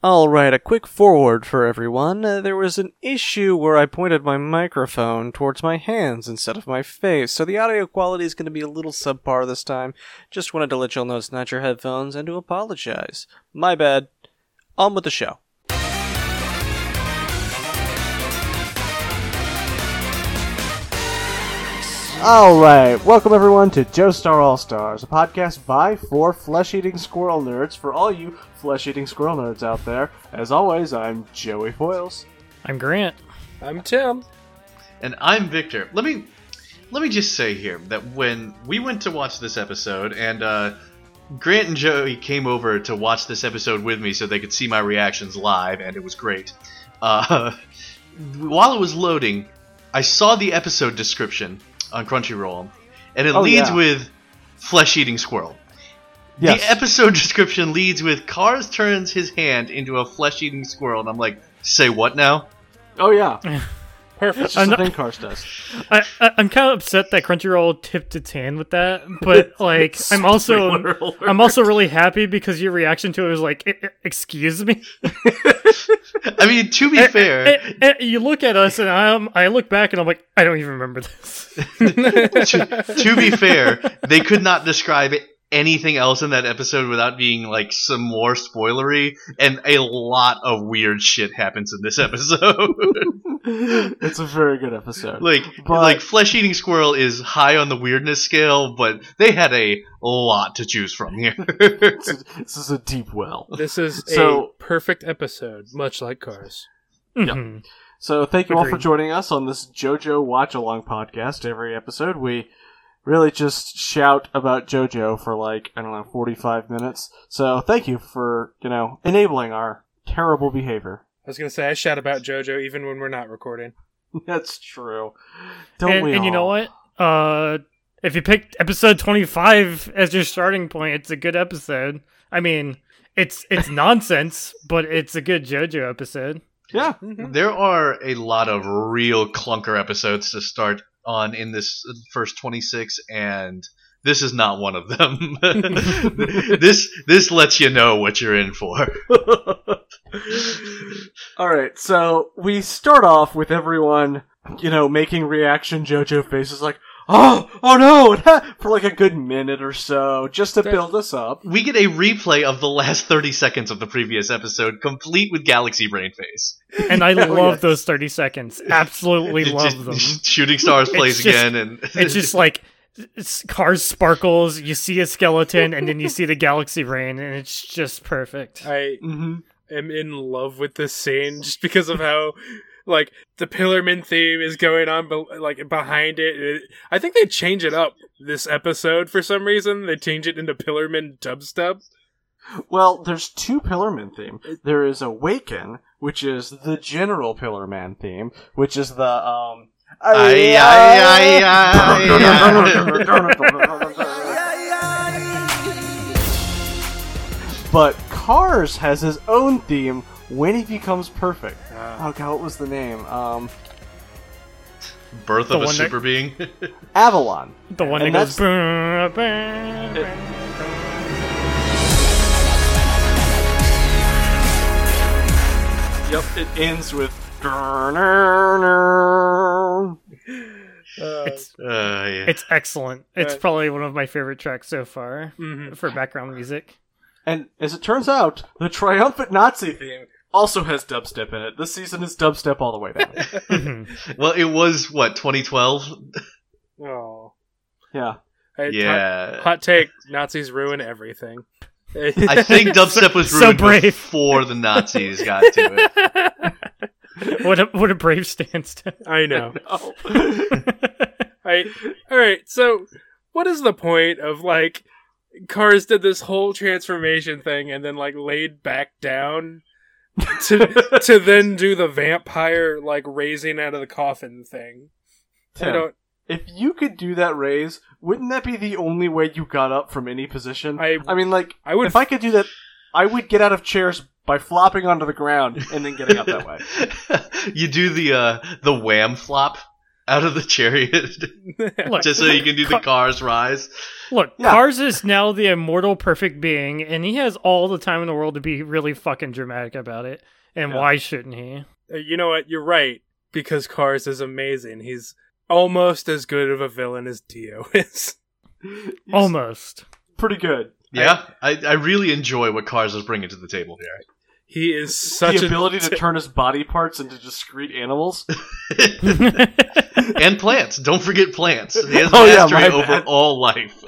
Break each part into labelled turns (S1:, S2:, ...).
S1: All right, a quick forward for everyone. Uh, there was an issue where I pointed my microphone towards my hands instead of my face, so the audio quality is going to be a little subpar this time. Just wanted to let y'all know it's not your headphones and to apologize. My bad. On with the show.
S2: All right, welcome everyone to Joe Star All Stars, a podcast by for flesh-eating squirrel nerds for all you flesh-eating squirrel nerds out there. As always, I'm Joey Foyles.
S3: I'm Grant.
S4: I'm Tim.
S5: and I'm Victor. Let me let me just say here that when we went to watch this episode, and uh, Grant and Joey came over to watch this episode with me so they could see my reactions live, and it was great. Uh, while it was loading, I saw the episode description on Crunchyroll, and it
S2: Oh,
S5: leads
S2: yeah.
S5: with flesh-eating squirrel.
S2: Yes,
S5: The episode description leads with Cars turns his hand into a flesh-eating squirrel, and I'm like, say what now?
S2: oh yeah,
S3: Perfect.
S2: it's
S3: I'm,
S2: just a thing Karst does.
S3: I, I, am kind of upset that Crunchyroll tipped its hand with that, but like, I'm also
S5: Squirrel.
S3: I'm also really happy because your reaction to it was like, "E- e- "Excuse me."
S5: I mean, to be fair,
S3: Eh, eh, you look at us, and I'm I look back, and I'm like, I don't even remember this.
S5: to, to be fair, they could not describe anything else in that episode without being like some more spoilery, and a lot of weird shit happens in this episode.
S2: it's a very good episode.
S5: like,
S2: But-
S5: like flesh eating squirrel is high on the weirdness scale, but they had a lot to choose from here.
S2: This is- this is a deep well.
S4: This is
S2: So-
S4: a perfect episode, much like Cars.
S3: Mhm.
S2: So thank you all for
S3: Agreed.
S2: joining us on this JoJo Watch Along podcast. Every episode we really just shout about JoJo for like, I don't know, 45 minutes. So thank you for, you know, enabling our terrible behavior.
S4: I was gonna say I shout about JoJo even when we're not recording.
S2: That's true. Don't
S3: And,
S2: we
S3: and you know
S2: all?
S3: what? Uh, if you picked episode 25 as your starting point, it's a good episode. I mean, it's it's nonsense, but it's a good JoJo episode.
S2: Yeah.
S3: Mm-hmm.
S5: there are a lot of real clunker episodes to start on in this first 26 and this is not one of them. this this lets you know what you're in for.
S2: All right. So we start off with everyone, you know, making reaction JoJo faces like, oh, oh no, for like a good minute or so, just to build us up.
S5: we get a replay of the last 30 seconds of the previous episode, complete with Galaxy Brain Face.
S3: And I love
S2: Oh, yes.
S3: those 30 seconds. Absolutely love them.
S5: Shooting Stars plays
S3: just-
S5: again, and
S3: It's just like s- cars sparkles, you see a skeleton, and then you see the galaxy rain, and it's just perfect.
S4: I
S2: hmm
S4: am in love with this scene just because of how like the Pillarman theme is going on, but like behind it, it. I think they change it up this episode for some reason. They change it into Pillarman dubstep.
S2: Well, there's two Pillarman theme. There is Awaken, which is the general Pillarman theme, which is the um.
S5: Ay, ay, ay, ay,
S2: But Cars has his own theme when he becomes perfect. Oh god, what was the name? Um,
S5: Birth
S3: The
S5: of a
S3: one that-
S5: Super Being. Uh,
S2: Avalon.
S3: The one that
S2: And
S3: goes. "Bah, bah, bah."
S2: Yep, it ends with. Well,
S4: Uh,
S3: It's
S5: Uh, yeah.
S3: it's excellent. It's
S4: Right.
S3: probably one of my favorite tracks so far
S4: mhm.
S3: for background music.
S2: And as it turns out, the triumphant Nazi theme also has dubstep in it. This season is dubstep all the way down.
S3: Mhm.
S5: Well, it was, what, 2012?
S4: Oh,
S2: yeah.
S4: Hey,
S5: yeah.
S4: Hot, hot take: Nazis ruin everything.
S5: I think dubstep was
S3: So
S5: ruined
S3: brave.
S5: before the Nazis got to it.
S3: what a what a brave stance to
S4: I know.
S2: Oh.
S4: I all right. So, what is the point of like Cars did this whole transformation thing and then like laid back down to to then do the vampire like raising out of the coffin thing? I
S2: Tim,
S4: don't.
S2: if you could do that raise, wouldn't that be the only way you got up from any position?
S4: I-
S2: mean, like,
S4: I would.
S2: if I could do that, I would get out of chairs by flopping onto the ground and then getting up that way.
S5: you do the uh, the wham flop. out of the chariot
S3: Look,
S5: just so you can do the
S3: Car-
S5: cars rise.
S3: Look,
S2: Yeah.
S3: Cars is now the immortal perfect being, and he has all the time in the world to be really fucking dramatic about it. And
S2: Yeah.
S3: why shouldn't he?
S4: Uh, You know what? You're right because Cars is amazing. He's almost as good of a villain as Dio is.
S2: He's
S3: Almost.
S2: pretty good.
S5: Yeah, I, I really enjoy what Cars is bringing to the table here.
S4: He is such
S2: the
S4: an
S2: ability to turn his body parts into discrete animals.
S5: and plants. Don't forget plants. He has
S2: Oh, yeah,
S5: mastery
S2: my
S5: over
S2: bad.
S5: all life.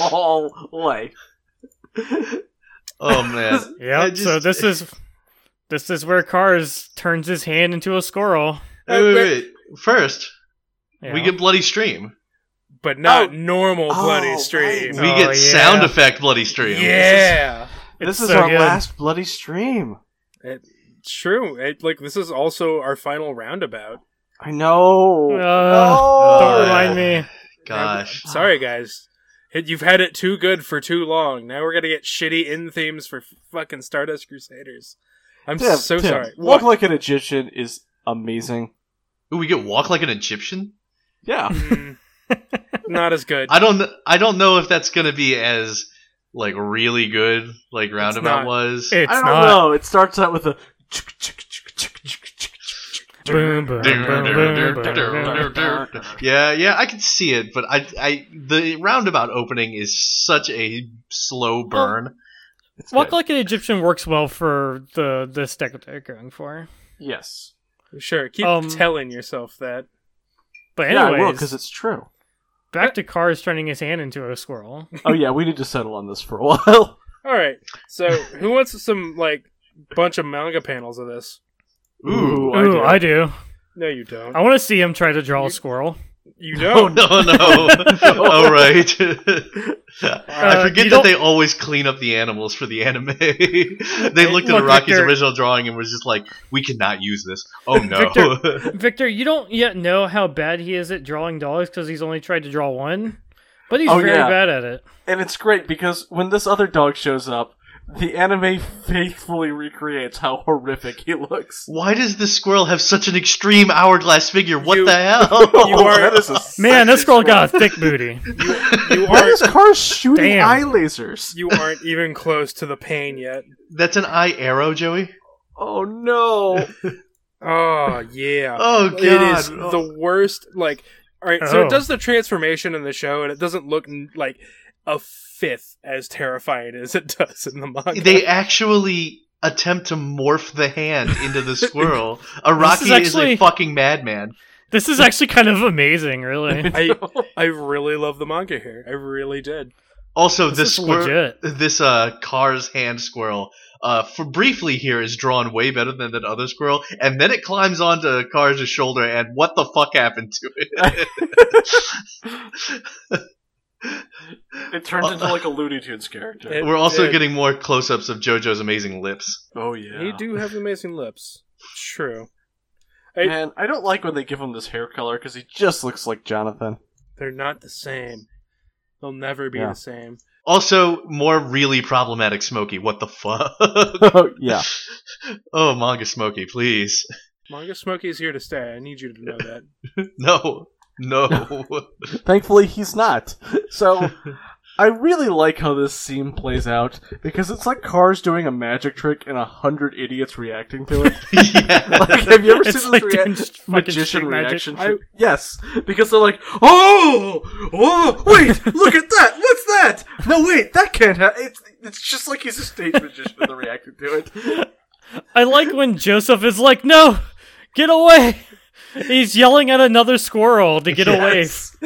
S2: All life.
S5: Oh, man. I
S3: yeah.
S5: just-
S3: So this is this is where Cars turns his hand into a squirrel.
S5: Wait, wait, wait. First,
S3: uh, Yeah.
S5: we get Bloody Stream.
S4: but not
S2: Oh.
S4: normal
S2: Oh,
S4: bloody
S2: right.
S4: stream.
S5: We
S3: Oh,
S5: get
S3: yeah.
S5: sound effect Bloody Stream.
S4: yeah,
S3: It's
S2: this is
S3: so
S2: our
S3: good.
S2: last bloody stream.
S4: true. It, like this is also our final roundabout.
S2: I know.
S3: Uh,
S2: No.
S3: Don't
S5: Oh,
S3: remind
S5: yeah.
S3: me.
S5: Gosh.
S4: Sorry, guys. It- You've had it too good for too long. Now we're gonna get shitty in themes for fucking Stardust Crusaders. I'm
S2: Tim,
S4: so
S2: Tim,
S4: sorry.
S2: Look like an Egyptian is amazing.
S5: Ooh, we get Walk Like an Egyptian?
S2: Yeah.
S4: Mm. not as good.
S5: I don't kn- I don't know if that's going to be as like really good like roundabout
S4: not.
S5: was.
S3: It's
S2: I don't
S3: not.
S2: know. It starts out with a.
S3: Boom, boom, boom, boom, boom, boom.
S5: Yeah, yeah, I can see it, but I, I, the roundabout opening is such a slow burn.
S2: It's
S3: Walk
S2: good.
S3: like an Egyptian works well for the this deck that they're going for.
S2: Yes.
S4: Sure, keep
S3: Um,
S4: telling yourself that.
S3: But
S2: Yeah, I will
S3: anyways,
S2: because it's true.
S3: back to Cars turning his hand into a squirrel.
S2: Oh yeah, we need to settle on this for a while.
S4: All right. So, who wants some like bunch of manga panels of this?
S5: Ooh.
S3: Ooh, I do.
S4: No, you don't.
S3: I want to see him try to draw a squirrel.
S4: You
S5: Oh
S4: don't.
S5: no, no! All right, I
S3: Uh,
S5: forget
S3: you don't-
S5: that they always clean up the animals for the anime. they looked at
S3: Look,
S5: the Rocky's
S3: Victor-
S5: original drawing and was just like, "We cannot use this." Oh no!
S3: Victor- Victor, you don't yet know how bad he is at drawing dogs because he's only tried to draw one, but he's
S2: Oh,
S3: very
S2: yeah.
S3: bad at it.
S2: And it's great because when this other dog shows up, the anime faithfully recreates how horrific he looks.
S5: Why does this squirrel have such an extreme hourglass figure? What
S4: You-
S5: the hell?
S4: You are-
S2: that is a
S3: Man, this
S4: sexist
S3: girl got a thick booty.
S4: You
S2: Why is
S4: aren't.
S2: Cars shooting
S3: Damn.
S2: eye lasers?
S4: You aren't even close to the pain yet.
S5: That's an eye arrow, Joey.
S2: Oh no!
S4: Oh yeah.
S5: Oh god!
S4: It is the worst. Like, all right. So
S3: Oh.
S4: it does the transformation in the show, and it doesn't look n- like a fifth as terrifying as it does in the manga.
S5: they actually attempt to morph the hand into the squirrel. Araki is,
S3: actually-
S5: a fucking madman.
S3: This is actually kind of amazing, really.
S4: I I really love the manga here. I really did.
S5: Also,
S3: This
S5: this
S3: is
S5: squirrel,
S3: legit.
S5: this uh, car's hand squirrel, uh, for briefly here is drawn way better than that other squirrel, and then it climbs onto Car's shoulder, and what the fuck happened to it?
S2: It turns into like a Looney Tunes character.
S4: It-
S5: We're also
S4: did.
S5: getting more close-ups of JoJo's amazing lips.
S2: Oh yeah.
S4: You do have amazing lips. True.
S2: Man, I don't like when they give him this hair color because he just looks like Jonathan.
S4: They're not the same. They'll never be
S2: Yeah.
S4: the same.
S5: Also, more really problematic Smokey. What the fuck?
S2: Oh yeah.
S5: oh, manga Smokey, please.
S4: Manga Smokey is here to stay. I need you to know that.
S5: No. No.
S2: Thankfully, he's not. So, I really like how this scene plays out because it's like Cars doing a magic trick and a hundred idiots reacting to it.
S5: yeah.
S2: like, have you ever
S3: It's
S2: seen
S3: like
S2: this rea-
S3: doing just fucking
S2: magician
S3: street magic.
S2: reaction?
S4: I-
S2: trick? yes, because they're like, oh, oh, wait, look at that. What's that? No, wait, that can't happen. It's, it's just like he's a stage magician and they're reacting to it.
S3: I like when Joseph is like, "No, get away." He's yelling at another squirrel to get
S5: There's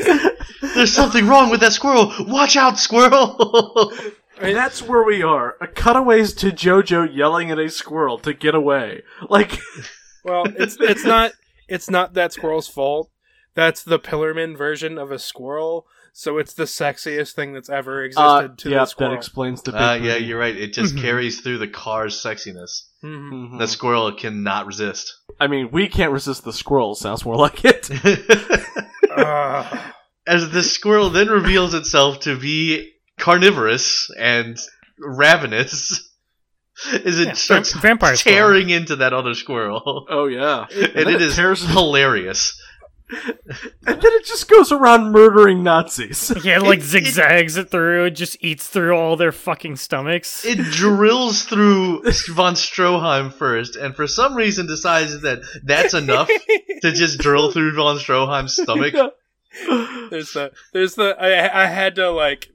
S5: something wrong with that squirrel. Watch out, squirrel.
S2: And that's where we are. A cutaways to JoJo yelling at a squirrel to get away. Like,
S4: Well, it's it's not it's not that squirrel's fault. That's the Pillarman version of a squirrel, so it's the sexiest thing that's ever
S2: uh,
S4: existed to
S2: yeah,
S4: the
S2: that
S4: squirrel.
S2: explains the big
S5: uh, yeah,
S2: booty.
S5: you're right. It just
S3: Mhm.
S5: carries through the car's sexiness.
S4: Mhm.
S3: Hmm.
S2: Mhm.
S5: That squirrel cannot resist.
S2: I mean, we can't resist the squirrel. Sounds more like it.
S4: Ah.
S5: As the squirrel then reveals itself to be carnivorous and ravenous, as it
S3: Yeah,
S5: starts
S3: vamp- vampire squirrel.
S5: tearing into that other squirrel.
S2: Oh yeah,
S5: And it is
S2: tears.
S5: hilarious.
S2: And then it just goes around murdering Nazis.
S3: Yeah, like
S5: It- it-
S3: zigzags it, through, it just eats through all their fucking stomachs.
S5: It drills through von Stroheim first, and for some reason decides that that's enough to just drill through von Stroheim's stomach.
S4: There's the there's the I, I had to like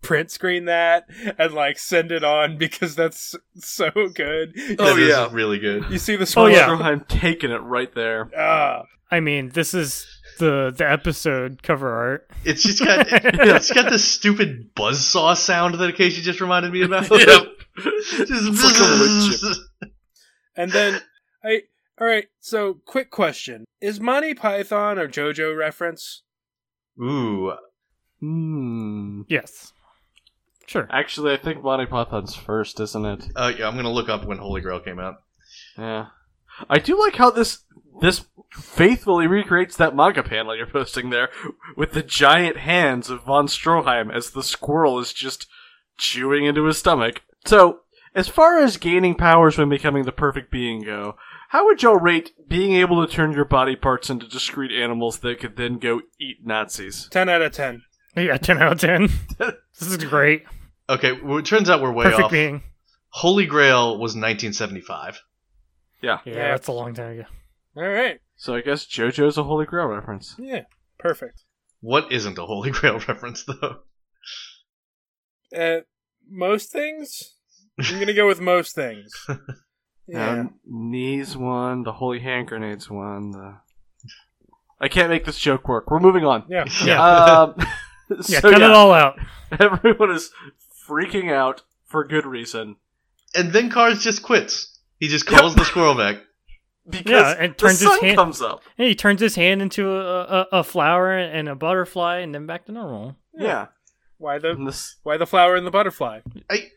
S4: print screen that and like send it on because that's so good.
S5: That is
S4: yeah.
S5: really good.
S4: You see the
S3: Oh,
S4: swirl?
S3: yeah.
S2: I'm taking it right there.
S4: Ah.
S3: I mean, this is the the episode cover art.
S5: It's just got it's got this stupid buzzsaw sound that Casey just reminded me about.
S2: Yep.
S5: Just
S4: And then I all right, so quick question. Is Monty Python or JoJo reference?
S5: Ooh,
S2: Hmm.
S3: Yes. Sure.
S2: Actually, I think Monty Python's first, isn't it?
S5: uh, yeah, I'm gonna look up when Holy Grail came out.
S2: Yeah. I do like how this this faithfully recreates that manga panel you're posting there with the giant hands of von Stroheim as the squirrel is just chewing into his stomach. So, as far as gaining powers when becoming the perfect being go, how would y'all rate being able to turn your body parts into discrete animals that could then go eat Nazis?
S4: 10 out of 10.
S3: Yeah, ten out of ten. this is great.
S5: Okay, well, it turns out we're way
S3: Perfect
S5: off.
S3: being.
S5: Holy Grail was 1975.
S3: Yeah,
S4: Yeah.
S3: that's a long time ago.
S4: All right.
S2: So I guess JoJo's a Holy Grail reference.
S4: Yeah. Perfect.
S5: What isn't a Holy Grail reference though?
S4: Uh most things? I'm going to go with most things. Yeah.
S2: Um, knees one, the holy hand grenades one. The... I can't make this joke work. We're moving on.
S4: yeah.
S3: Yeah.
S2: Um,
S3: Yeah,
S2: so
S3: cut it
S2: yeah,
S3: all out.
S2: everyone is freaking out for good reason
S5: And then Cars just quits. He just calls the squirrel back.
S2: because
S3: Yeah, and
S2: the
S3: turns his
S2: sun
S3: hand-
S2: comes up.
S3: Yeah, he turns his hand into a, a, a flower and a butterfly, and then back to normal.
S2: Yeah,
S4: Why the
S2: And this-
S4: why the flower and the butterfly?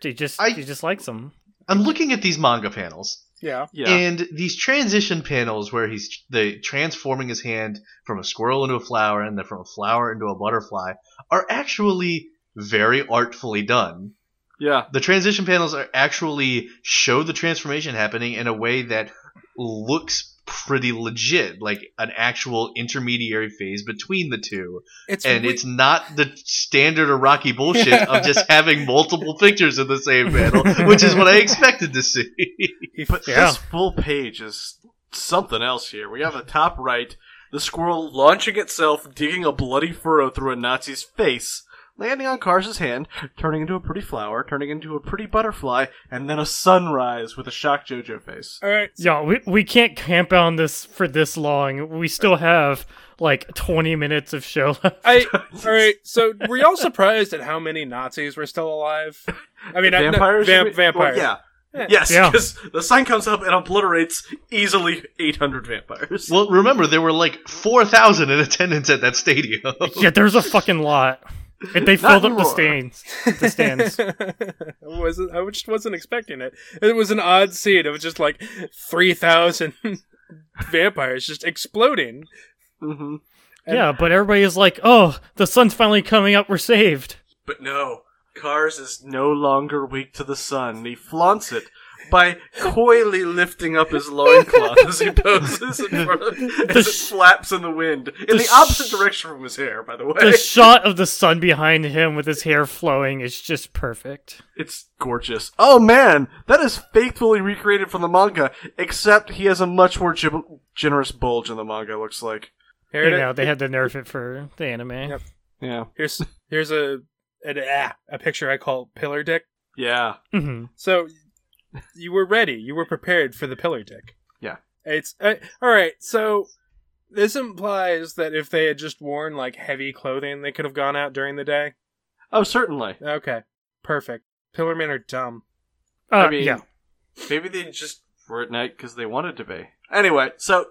S3: He just
S5: I-
S3: he just likes them.
S5: I'm looking at these manga panels.
S4: Yeah.
S2: yeah.
S5: And these transition panels where he's the transforming his hand from a squirrel into a flower and then from a flower into a butterfly are actually very artfully done.
S2: yeah,
S5: The transition panels are actually show the transformation happening in a way that looks pretty legit, like an actual intermediary phase between the two.
S4: It's
S5: And
S4: weird.
S5: it's not the standard Iraqi bullshit of just having multiple pictures in the same panel, which is what I expected to see.
S4: He-
S2: But
S3: Yeah.
S2: this full page is something else here. We have the top right, the squirrel launching itself, digging a bloody furrow through a Nazi's face, landing on Kars's hand, turning into a pretty flower, turning into a pretty butterfly, and then a sunrise with a shocked JoJo face.
S4: All right.
S3: Yeah, we we can't camp out on this for this long. We still have like twenty minutes of show left.
S4: I all right. So were y'all surprised at how many Nazis were still alive? I mean,
S2: Vampires?
S4: I, no,
S2: should
S4: vamp,
S2: we- well,
S4: vampires.
S2: yeah.
S4: Yeah.
S2: Yes,
S3: Yeah.
S2: because the sign comes up and obliterates easily 800 vampires.
S5: Well, remember there were like four thousand in attendance at that stadium.
S3: yeah, there's a fucking lot. And they
S2: Not
S3: filled up the
S2: anymore.
S3: stands. The stands.
S4: I wasn't. I just wasn't expecting it. It was an odd scene. It was just like three thousand vampires just exploding.
S2: hmm
S3: yeah, but everybody is like, "Oh, the sun's finally coming up. We're saved."
S2: But no, Cars is no longer weak to the sun. He flaunts it by coyly lifting up his loincloth as he poses in front of as it
S3: sh-
S2: flaps in the wind. In the,
S3: sh-
S2: opposite direction from his hair, by the way.
S3: The shot of the sun behind him with his hair flowing is just perfect.
S2: It's gorgeous. Oh man, that is faithfully recreated from the manga, except he has a much more gib- generous bulge in the manga, it looks like.
S4: Here
S3: You
S4: it
S3: know,
S4: is.
S3: they had to nerf it for the anime.
S4: Yep.
S2: Yeah.
S4: Here's here's a an, ah, a picture I call pillar dick.
S2: Yeah.
S3: Mhm.
S4: So you were ready. You were prepared for the pillar dick.
S2: Yeah.
S4: It's uh, all right. So this implies that if they had just worn like heavy clothing, they could have gone out during the day.
S2: Oh, certainly.
S4: Okay, perfect. Pillar men are dumb.
S3: Uh,
S2: I mean,
S3: yeah.
S2: maybe they just were at night because they wanted to be. Anyway, so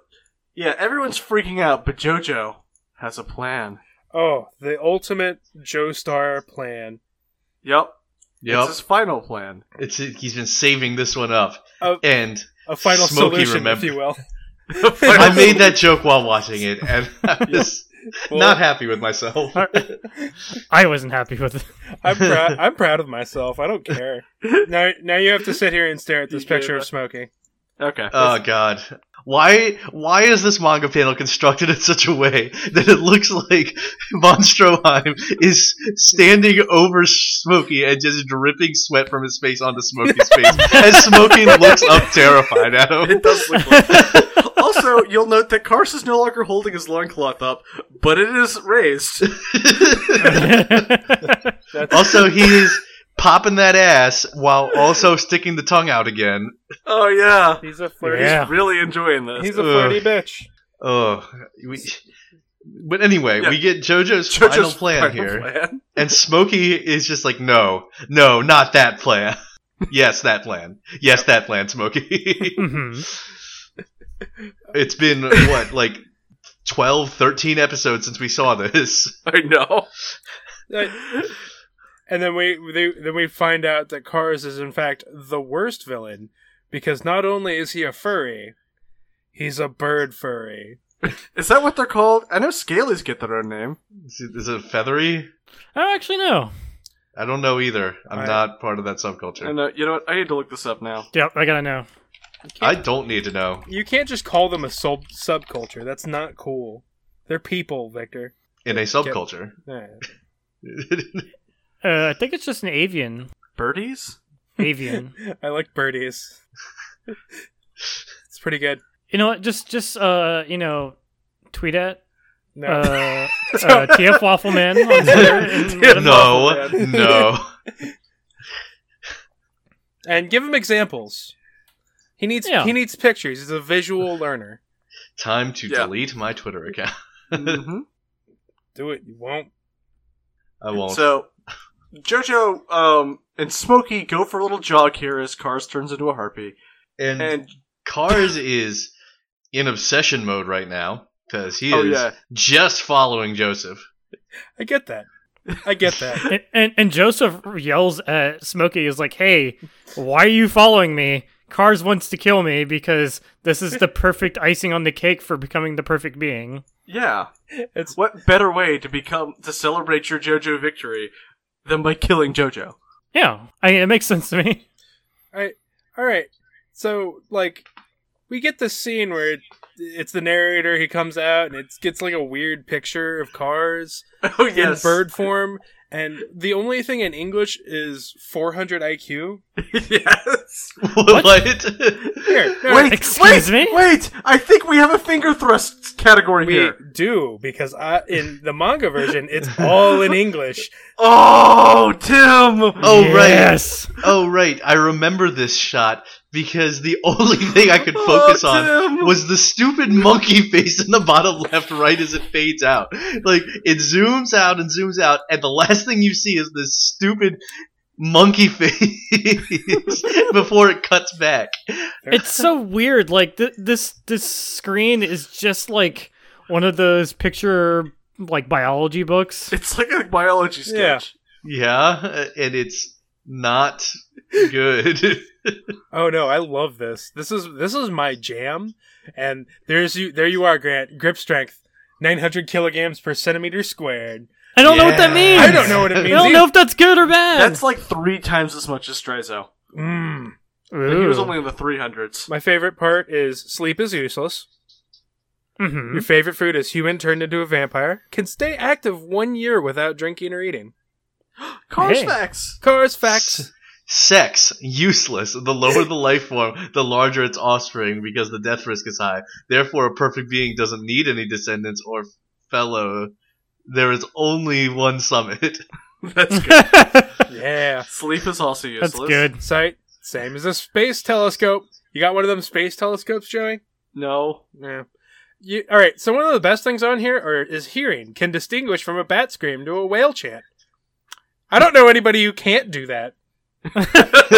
S2: yeah, everyone's freaking out, but JoJo has a plan.
S4: Oh, the ultimate Joe Star plan.
S2: Yep,
S5: yep,
S2: it's his final plan.
S5: it's, he's been saving this one up,
S4: Oh.
S5: and
S4: A final
S5: Smokey
S4: solution,
S5: remembered.
S4: if you will.
S5: I made that joke while watching it, and I was not happy with myself.
S3: I wasn't happy with it.
S4: I'm proud. I'm proud of myself. I don't care. Now, now you have to sit here and stare at this
S2: You do,
S4: picture of
S2: but-
S4: Smokey.
S2: Okay.
S5: Oh god. Why why is this manga panel constructed in such a way that it looks like Von Stroheim is standing over Smokey and just dripping sweat from his face onto Smokey's face as Smokey looks up terrified at him?
S2: It does look like that. Also, you'll note that Kars is no longer holding his loincloth up, but it is raised.
S5: also, he's popping that ass while also sticking the tongue out again.
S2: Oh, yeah.
S4: He's a flirty.
S3: yeah.
S2: Really enjoying this.
S4: He's a flirty bitch.
S5: Oh, we. But anyway,
S2: Yeah.
S5: we get JoJo's,
S2: Jojo's
S5: final plan
S2: final
S5: here,
S2: plan.
S5: and Smokey is just like, "No, no, not that plan. yes, that plan. Yes, that plan, Smokey."
S3: Mhm.
S5: it's been what, like 12, 13 episodes since we saw this.
S2: I know.
S4: Like- and then we they, then we find out that Cars is in fact the worst villain because not only is he a furry, he's a bird furry.
S2: Is that what they're called? I know Scalies get their own name.
S5: Is it- is it feathery?
S3: I don't actually know.
S5: I don't know either. I'm
S4: I-
S5: not part of that
S2: I
S5: subculture.
S2: know. You know what? I need to look this up now.
S3: Yep, I gotta know.
S5: I don't need to know.
S4: You can't just call them a sub subculture. That's not cool. They're people, Victor.
S5: In a subculture.
S4: Yeah.
S3: Uh, I think it's just an avian.
S2: Birdies?
S3: Avian.
S4: I like birdies. it's pretty good.
S3: You know what? Just just uh, you know, tweet at
S4: No.
S3: uh, uh TF Waffleman on Twitter and let him know.
S5: no, no.
S4: and give him examples. He needs
S3: Yeah.
S4: he needs pictures. He's a visual learner.
S5: Time to
S2: Yeah.
S5: delete my Twitter account.
S2: hmm
S4: Do it. You won't.
S5: I won't.
S2: So, JoJo um, and Smokey go for a little jog here as Cars turns into a harpy. And,
S5: Cars is in obsession mode right now because he
S2: oh,
S5: is
S2: yeah.
S5: just following Joseph.
S4: I get that. I get that.
S3: And, and and Joseph yells at Smokey is like, "Hey, why are you following me? Cars wants to kill me because this is the perfect icing on the cake for becoming the perfect being."
S2: Yeah.
S4: It's
S2: What better way to become to celebrate your JoJo victory than by killing JoJo?
S3: Yeah, I mean, it makes sense to me.
S4: all right. So like, we get this scene where it, it's the narrator. He comes out and it gets like a weird picture of cars
S2: Oh
S4: in bird form, and the only thing in English is 400 IQ.
S2: yes.
S5: What?
S4: Here, no,
S2: Wait,
S3: Excuse
S2: wait,
S3: me?
S2: Wait, I think we have a finger thrust category
S4: we
S2: here.
S4: do because I in the manga version it's all in English.
S2: Oh, Tim.
S5: oh right.
S3: yes.
S5: Oh right. I remember this shot because the only thing I could focus on
S2: oh, Tim.
S5: was the stupid monkey face in the bottom left right as it fades out. Like it zooms out and zooms out and the last thing you see is this stupid monkey face before it cuts back.
S3: it's so weird. Like th- this, this screen is just like one of those picture like biology books.
S2: It's like a biology sketch.
S5: Yeah, and it's not good.
S4: Oh no, I love this. This is this is my jam. And there's you there you are, Grant. Grip strength, nine hundred kilograms per centimeter squared.
S3: I don't know what that means.
S5: Yeah.
S4: I don't know what it
S3: I
S4: means.
S3: don't know if that's good or bad.
S2: That's like three times as much as Strizo.
S4: Mm.
S2: But He was
S3: Ooh.
S2: only in the 300s.
S4: My favorite part is sleep is useless.
S3: Mhm.
S4: Your favorite food is human turned into a vampire. Can stay active one year without drinking or eating.
S2: Cars
S3: Hey.
S2: facts.
S4: Cars facts.
S5: Sex, useless. The lower the life form, the larger its offspring because the death risk is high. Therefore, a perfect being doesn't need any descendants or fellow. There is only one summit.
S2: That's good.
S4: Yeah.
S2: Sleep is also useless.
S3: that's good.
S4: Sight. Same as a space telescope. You got one of them space telescopes, Joey?
S2: No.
S4: Yeah. You, all right. So one of the best things on here are, is hearing can distinguish from a bat scream to a whale chant. I don't know anybody who can't do that.
S2: Let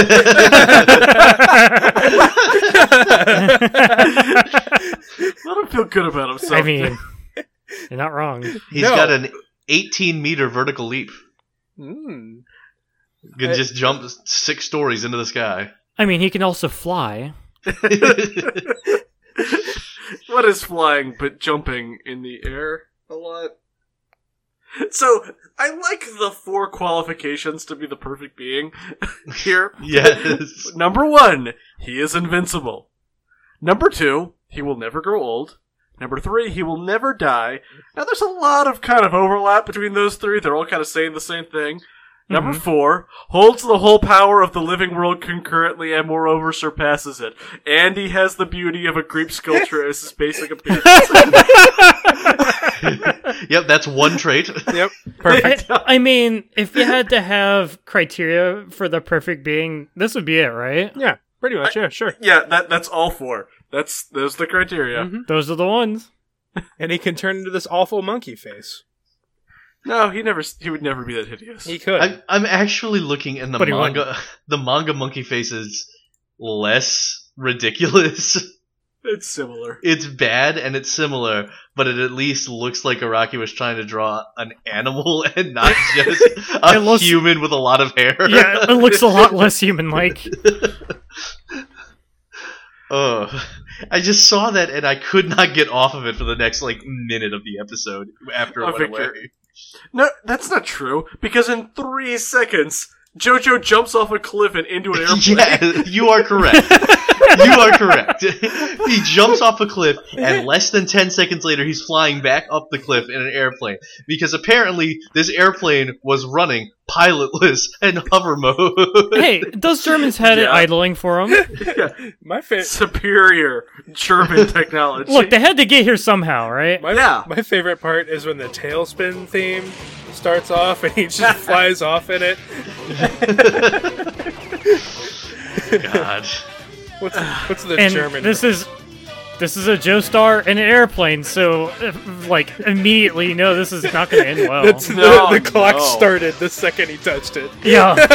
S2: him feel good about himself.
S3: I mean, you're not wrong.
S5: He's
S4: No.
S5: got an 18 meter vertical leap.
S4: Mm.
S5: Can
S4: I-
S5: just jump six stories into the sky.
S3: I mean, he can also fly.
S2: what is flying but jumping in the air a lot? So I like the four qualifications to be the perfect being here.
S5: yes.
S2: Number one, he is invincible. Number two, he will never grow old. Number three, he will never die. Now, there's a lot of kind of overlap between those three. They're all kind of saying the same thing. Number four, holds the whole power of the living world concurrently and moreover surpasses it. And he has the beauty of a Greek sculpture as his basic appearance.
S5: yep, that's one trait.
S1: Yep.
S3: I, I mean, if you had to have criteria for the perfect being, this would be it, right?
S4: Yeah, pretty much. Yeah, sure.
S2: yeah, that, that's all four. That's those are the criteria.
S4: Mhm.
S3: Those are the ones.
S4: And he can turn into this awful monkey face.
S2: No, he never. He would never be that hideous.
S4: He could.
S5: I'm, I'm actually looking in the
S3: But he won't.
S5: manga. The manga monkey face is less ridiculous.
S2: It's similar.
S5: it's bad and it's similar, but it at least looks like Araki was trying to draw an animal and not just a
S3: It looks-
S5: human with a lot of hair.
S3: Yeah, it looks a lot less human-like.
S5: Ugh. I just saw that and I could not get off of it for the next like minute of the episode after it
S2: Oh,
S5: went
S2: Victor.
S5: away.
S2: No, that's not true. Because in three seconds, JoJo jumps off a cliff and into an airplane.
S5: Yeah, you are correct. you are correct. he jumps off a cliff, and less than 10 seconds later, he's flying back up the cliff in an airplane. Because apparently, this airplane was running pilotless and hover mode.
S3: hey, those Germans had it
S2: Yeah.
S3: idling for them.
S4: my fa-
S2: Superior German technology.
S3: Look, they had to get here somehow, right?
S4: my,
S2: Yeah.
S4: my favorite part is when the tailspin theme starts off and he just flies off in it.
S5: God.
S4: What's what's the
S3: and
S4: German?
S3: this is this is a Joe Star in an airplane, so uh, like immediately you know this is not going to end well.
S4: That's-
S2: No,
S4: the, the clock
S2: no.
S4: started the second he touched it.
S3: yeah,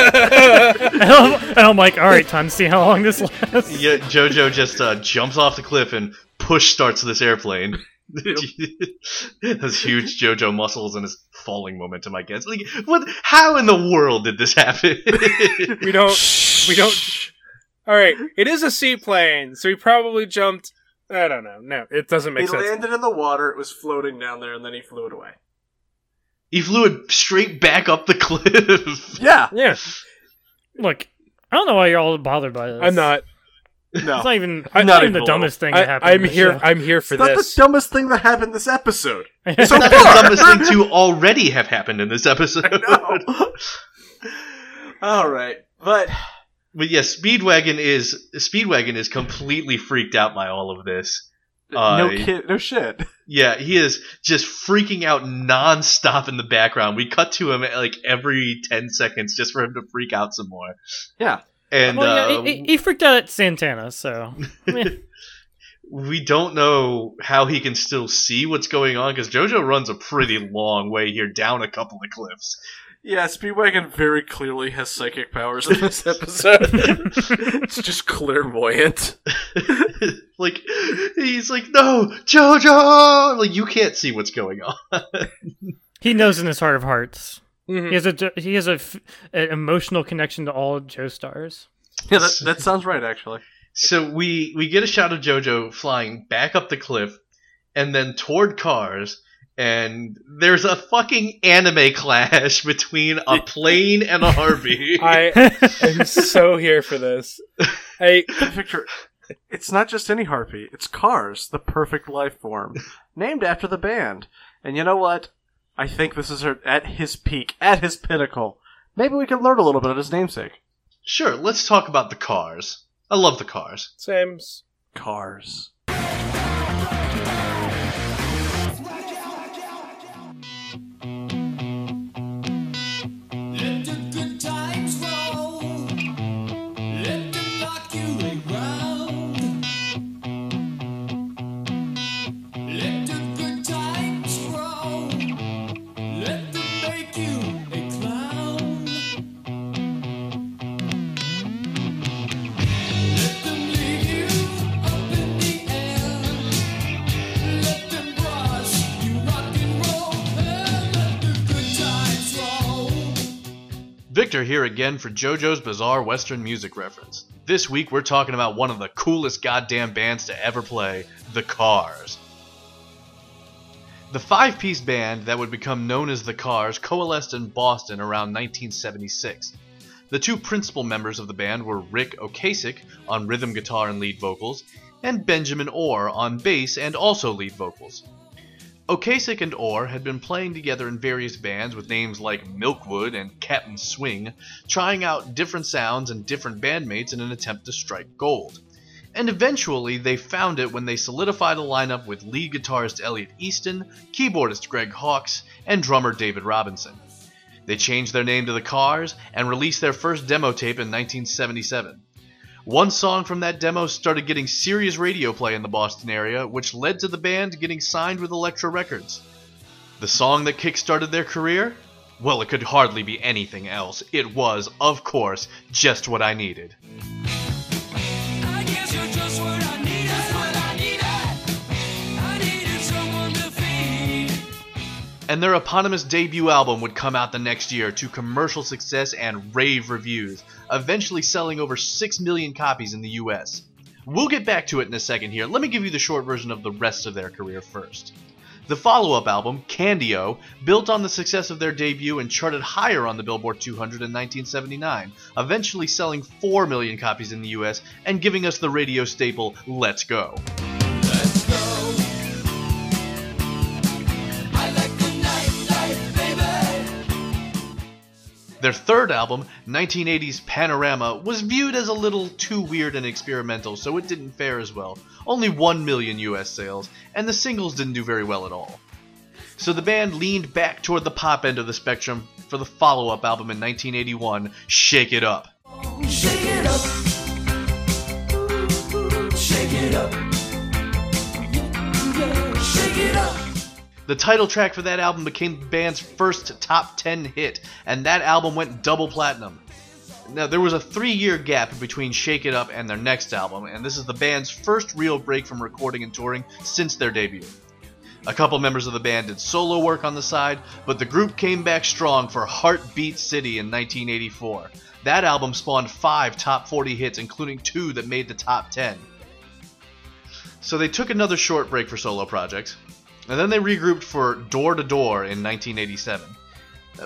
S3: and, I'm, and I'm like, all right, time to see how long this lasts.
S5: Yeah, JoJo just uh, jumps off the cliff and push starts this airplane. Those huge JoJo muscles and his falling momentum, I guess. Like, what? How in the world did this happen?
S4: We don't. we don't. All right, it is a seaplane, so he probably jumped. I don't know. No, it doesn't
S2: He
S4: make sense.
S2: landed in the water. It was floating down there, and then he flew it away.
S5: he flew it straight back up the cliff.
S2: Yeah.
S4: Yeah,
S3: Look, I don't know why you're all bothered by this.
S4: I'm not.
S3: It's
S2: No.
S3: not even,
S2: I'm
S3: it's
S2: not
S3: not even the
S2: even
S3: dumbest thing that
S4: I,
S3: happened.
S4: I'm
S3: in the
S4: here.
S3: show.
S4: I'm here for
S2: It's not
S4: this.
S2: the dumbest thing that happened this episode.
S5: It's not the dumbest thing to already have happened in this episode.
S2: No. All right, but
S5: But yes, Speedwagon is Speedwagon is completely freaked out by all of this. Uh,
S2: no kid, no shit.
S5: Yeah, he is just freaking out nonstop in the background. We cut to him like every ten seconds just for him to freak out some more.
S2: Yeah.
S5: and
S3: Well, yeah,
S5: uh,
S3: he- he, he freaked out at Santana, so
S5: we don't know how he can still see what's going on because JoJo runs a pretty long way here down a couple of cliffs.
S2: Yeah, Speedwagon very clearly has psychic powers in this episode. it's just clairvoyant.
S5: like he's like, "No, JoJo!" Like you can't see what's going on.
S3: he knows in his heart of hearts.
S4: Mhm.
S3: He has a he has a f- an emotional connection to all Joe stars.
S2: Yeah, that, that sounds right, actually.
S5: So we we get a shot of JoJo flying back up the cliff and then toward cars and there's a fucking anime clash between a plane and a Harvey.
S4: I
S3: Mm-hmm.
S4: am so here for this. I
S2: Victor, it's not just any harpy. It's Cars, the perfect life form, named after the band. And you know what? I think this is her- at his peak, at his pinnacle. Maybe we can learn a little bit of his namesake.
S5: sure, let's talk about the cars. I love the cars.
S4: Sam's
S2: Cars.
S6: Let the good times roll. Let them knock you around. Let the good times roll. Let them make you a clown. Let them leave you up in the air. Let them brush you rock and roll. And let the good times roll.
S5: Victor here again for JoJo's Bizarre Western Music Reference. This week we're talking about one of the coolest goddamn bands to ever play, The Cars. The five piece band that would become known as The Cars coalesced in Boston around 1976. The two principal members of the band were Rick Ocasek on rhythm guitar and lead vocals, and Benjamin Orr on bass and also lead vocals. Okasic and Orr had been playing together in various bands with names like Milkwood and Captain Swing, trying out different sounds and different bandmates in an attempt to strike gold. And eventually, they found it when they solidified a lineup with lead guitarist Elliot Easton, keyboardist Greg Hawkes, and drummer David Robinson. They changed their name to The Cars and released their first demo tape in 1977. One song from that demo started getting serious radio play in the Boston area, which led to the band getting signed with Elektra Records. The song that kickstarted their career? Well, it could hardly be anything else. It was, of course, just what I needed.
S6: I guess you're just what I needed. That's what I needed. I needed someone to feed.
S5: and their eponymous debut album would come out the next year to commercial success and rave reviews, eventually selling over 6 million copies in the US. We'll get back to it in a second here. Let me give you the short version of the rest of their career first. The follow up album, Candio, built on the success of their debut and charted higher on the Billboard 200 in 1979, eventually selling 4 million copies in the US and giving us the radio staple, Let's Go.
S6: Let's go. I like the nightlife, baby.
S5: Their third album, 1980's Panorama, was viewed as a little too weird and experimental, so it didn't fare as well. Only 1 million US sales, and the singles didn't do very well at all. So the band leaned back toward the pop end of the spectrum for the follow up album in 1981, Shake It Up.
S6: Shake it up. Shake it up. Shake it up.
S5: The title track for that album became the band's first top 10 hit, and that album went double platinum. Now, there was a three year gap between Shake It Up and their next album, and this is the band's first real break from recording and touring since their debut. A couple members of the band did solo work on the side, but the group came back strong for Heartbeat City in 1984. That album spawned five top 40 hits, including two that made the top 10. So they took another short break for solo projects, and then they regrouped for Door to Door in 1987.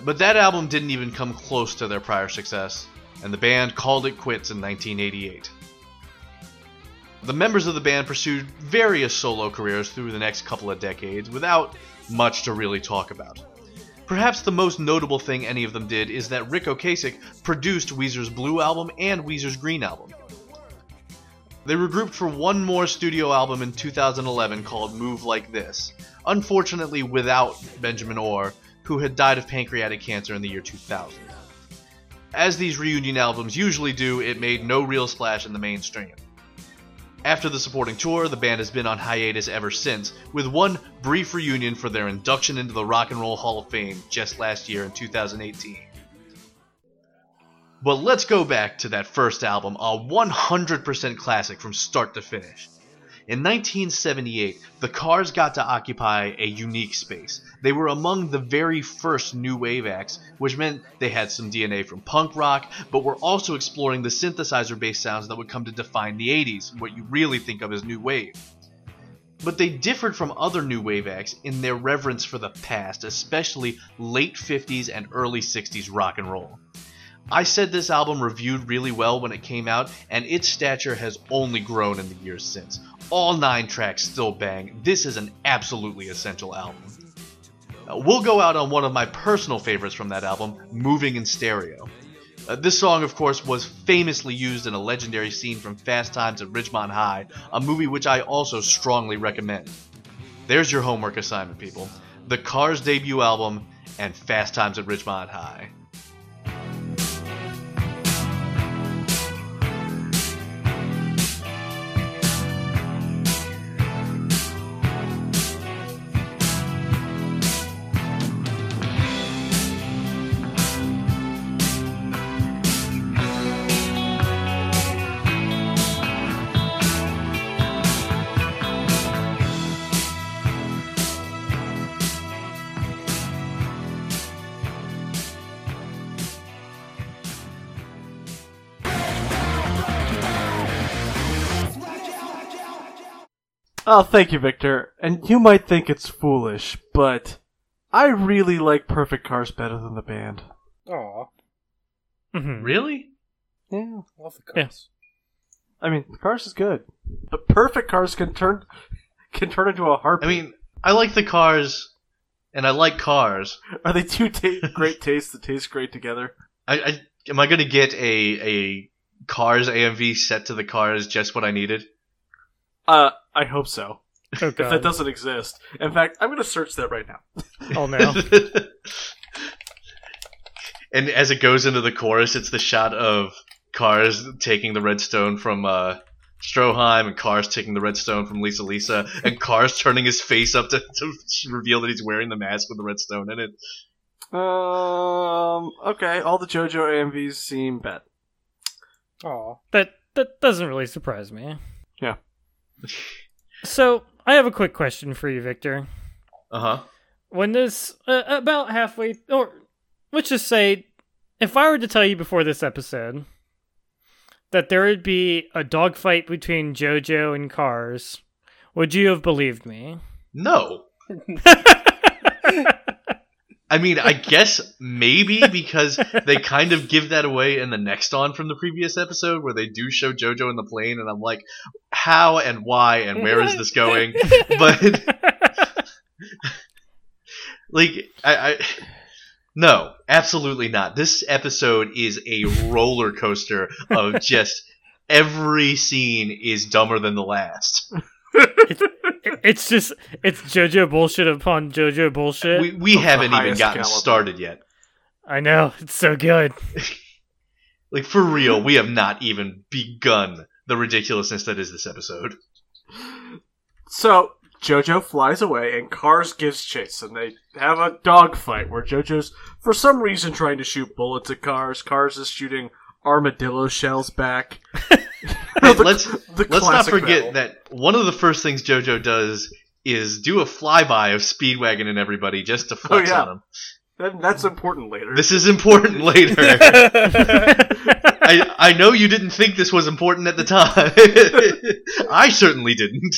S5: But that album didn't even come close to their prior success, and the band called it quits in 1988. The members of the band pursued various solo careers through the next couple of decades without much to really talk about. Perhaps the most notable thing any of them did is that Rick Ocasek produced Weezer's Blue album and Weezer's Green album. They regrouped for one more studio album in 2011 called Move Like This, unfortunately without Benjamin Orr, who had died of pancreatic cancer in the year 2000. As these reunion albums usually do, it made no real splash in the mainstream. After the supporting tour, the band has been on hiatus ever since, with one brief reunion for their induction into the Rock and Roll Hall of Fame just last year in 2018. But let's go back to that first album, a 100% classic from start to finish. In 1978, the Cars got to occupy a unique space. They were among the very first new wave acts, which meant they had some DNA from punk rock, but were also exploring the synthesizer based sounds that would come to define the 80s, what you really think of as new wave. But they differed from other new wave acts in their reverence for the past, especially late 50s and early 60s rock and roll. I said this album reviewed really well when it came out, and its stature has only grown in the years since. All nine tracks still bang. This is an absolutely essential album. Uh, we'll go out on one of my personal favorites from that album, Moving in Stereo. Uh, this song, of course, was famously used in a legendary scene from Fast Times at Ridgemont High, a movie which I also strongly recommend. There's your homework assignment, people. The Cars debut album and Fast Times at Ridgemont High.
S2: Oh, thank you, Victor. And you might think it's foolish, but I really like Perfect Cars better than the band.
S4: Aw,
S3: Mhm.
S5: Really?
S4: love the cars.
S2: I mean, Cars is good. The perfect Cars can turn can turn into a harp.
S5: I mean, I like the cars, and I like cars.
S2: are they two ta- great tastes that taste great together?
S5: I, I am I gonna get a a cars AMV set to the cars just what I needed?
S2: Uh, Um, I hope so.
S3: Oh
S2: If that
S3: god!
S2: doesn't exist, in fact, I'm going to search that right now.
S3: oh no!
S5: and as it goes into the chorus, it's the shot of cars taking the redstone from uh, Stroheim, and cars taking the redstone from Lisa Lisa, and cars turning his face up to, to reveal that he's wearing the mask with the redstone in it.
S2: Um. Okay. All the JoJo AMVs seem bad.
S4: Aw.
S3: that that doesn't really surprise me.
S2: Yeah.
S3: So I have a quick question for you, Victor.
S5: Uh huh.
S3: When this uh, about halfway, or let's just say, if I were to tell you before this episode that there would be a dogfight between JoJo and Cars, would you have believed me?
S5: No. I mean, I guess maybe because they kind of give that away in the next on from the previous episode where they do show JoJo in the plane, and I'm like, how and why and where is this going? But like, I, I no, absolutely not. This episode is a roller coaster of just every scene is dumber than the last.
S3: It- it's just it's JoJo bullshit upon JoJo bullshit.
S5: We we
S2: Of the
S5: haven't even
S2: highest
S5: gotten
S2: caliber.
S5: started yet.
S3: I know it's so good.
S5: Like for real, we have not even begun the ridiculousness that is this episode.
S2: So JoJo flies away, and Cars gives chase, and they have a dogfight where JoJo's for some reason trying to shoot bullets at Cars. Cars is shooting armadillo shells back.
S5: Hey, let's
S2: the
S5: let's not
S2: classic
S5: forget
S2: battle.
S5: that one of the first things JoJo does is do a flyby of Speedwagon and everybody just to flex
S2: Oh, yeah.
S5: on them.
S2: That- that's important later.
S5: This is important later. I I know you didn't think this was important at the time. I certainly didn't.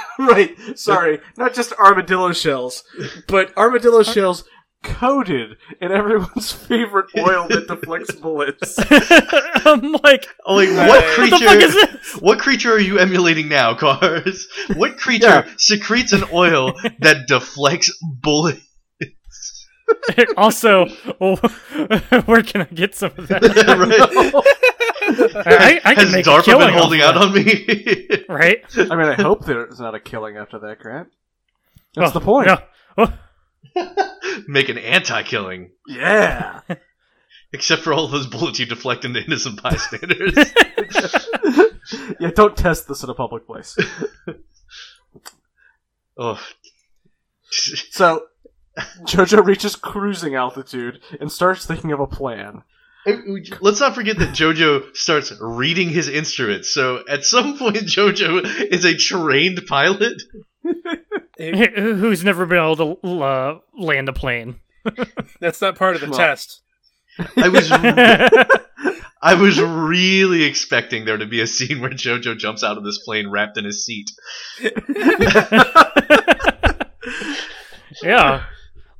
S2: right? Sorry, not just armadillo shells, but armadillo shells coated in everyone's favorite oil that deflects bullets.
S3: I'm like,
S5: Oh, Like what
S3: what
S5: creature?
S3: the fuck is this?
S5: What creature are you emulating now, Cars? What creature secretes an oil that deflects bullets?
S3: also, well, where can I get some of that?
S5: Right?
S3: I, I can
S5: Has
S3: make a
S5: DARPA
S3: killing
S5: been holding
S3: off
S5: out on me?
S3: that, right?
S2: I mean, I hope there's not a killing after that, Grant. That's
S3: Oh,
S2: the point.
S3: No. Oh,
S5: Make an anti-killing,
S2: Yeah.
S5: except for all those bullets you deflect into innocent bystanders.
S2: yeah, don't test this in a public place.
S5: oh.
S2: So, Jojo reaches cruising altitude and starts thinking of a plan.
S5: Let's not forget that Jojo starts reading his instruments. So at some point, Jojo is a trained pilot.
S3: who- who's never been able to uh, land a plane?
S4: That's not part of the
S2: Well,
S4: test.
S5: I was
S3: I
S5: I was really expecting there to be a scene where Jojo jumps out of this plane wrapped in his seat.
S3: yeah.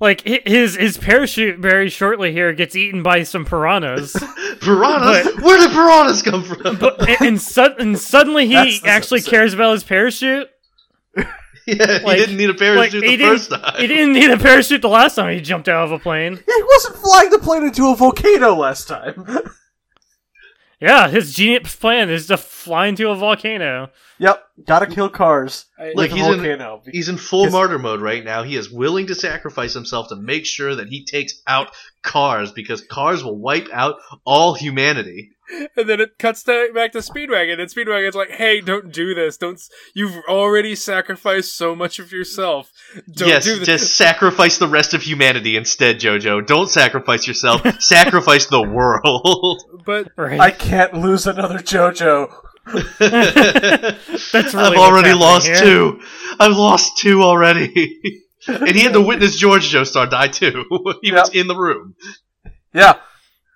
S3: Like hi- his his parachute very shortly here gets eaten by some piranhas,
S5: Piranhas? Where did piranhas come from?
S3: but and, and, sud- and suddenly he
S2: That's the
S3: actually
S2: subset.
S3: cares about his parachute.
S5: yeah,
S3: like-
S5: he didn't need a
S3: Like
S5: parachute
S3: he
S5: the first
S3: didn't,
S5: time.
S3: he didn't need a parachute the last time he jumped out of a plane.
S2: Yeah, he wasn't flying the plane into a volcano last time.
S3: Yeah, his genius plan is to fly into a volcano.
S2: yep, gotta kill cars.
S4: I,
S2: with
S5: Look,
S2: a
S5: he's in-
S2: volcano.
S5: He's in full
S2: Yes.
S5: martyr mode right now. He is willing to sacrifice himself to make sure that he takes out cars because cars will wipe out all humanity.
S4: and then it cuts to, back to Speedwagon, and Speedwagon's like, "Hey, don't do this. Don't. s- You've already sacrificed so much of yourself. Don't
S5: yes,
S4: do this."
S5: just sacrifice the rest of humanity instead, Jojo. Don't sacrifice yourself. sacrifice the world.
S4: But
S3: Right.
S2: I can't lose another JoJo.
S3: That's really
S5: I've
S3: what's
S5: already
S3: happening
S5: lost
S3: here.
S5: two. I've lost two already. and he had to witness George Joestar die too. he was in the room.
S2: Yeah,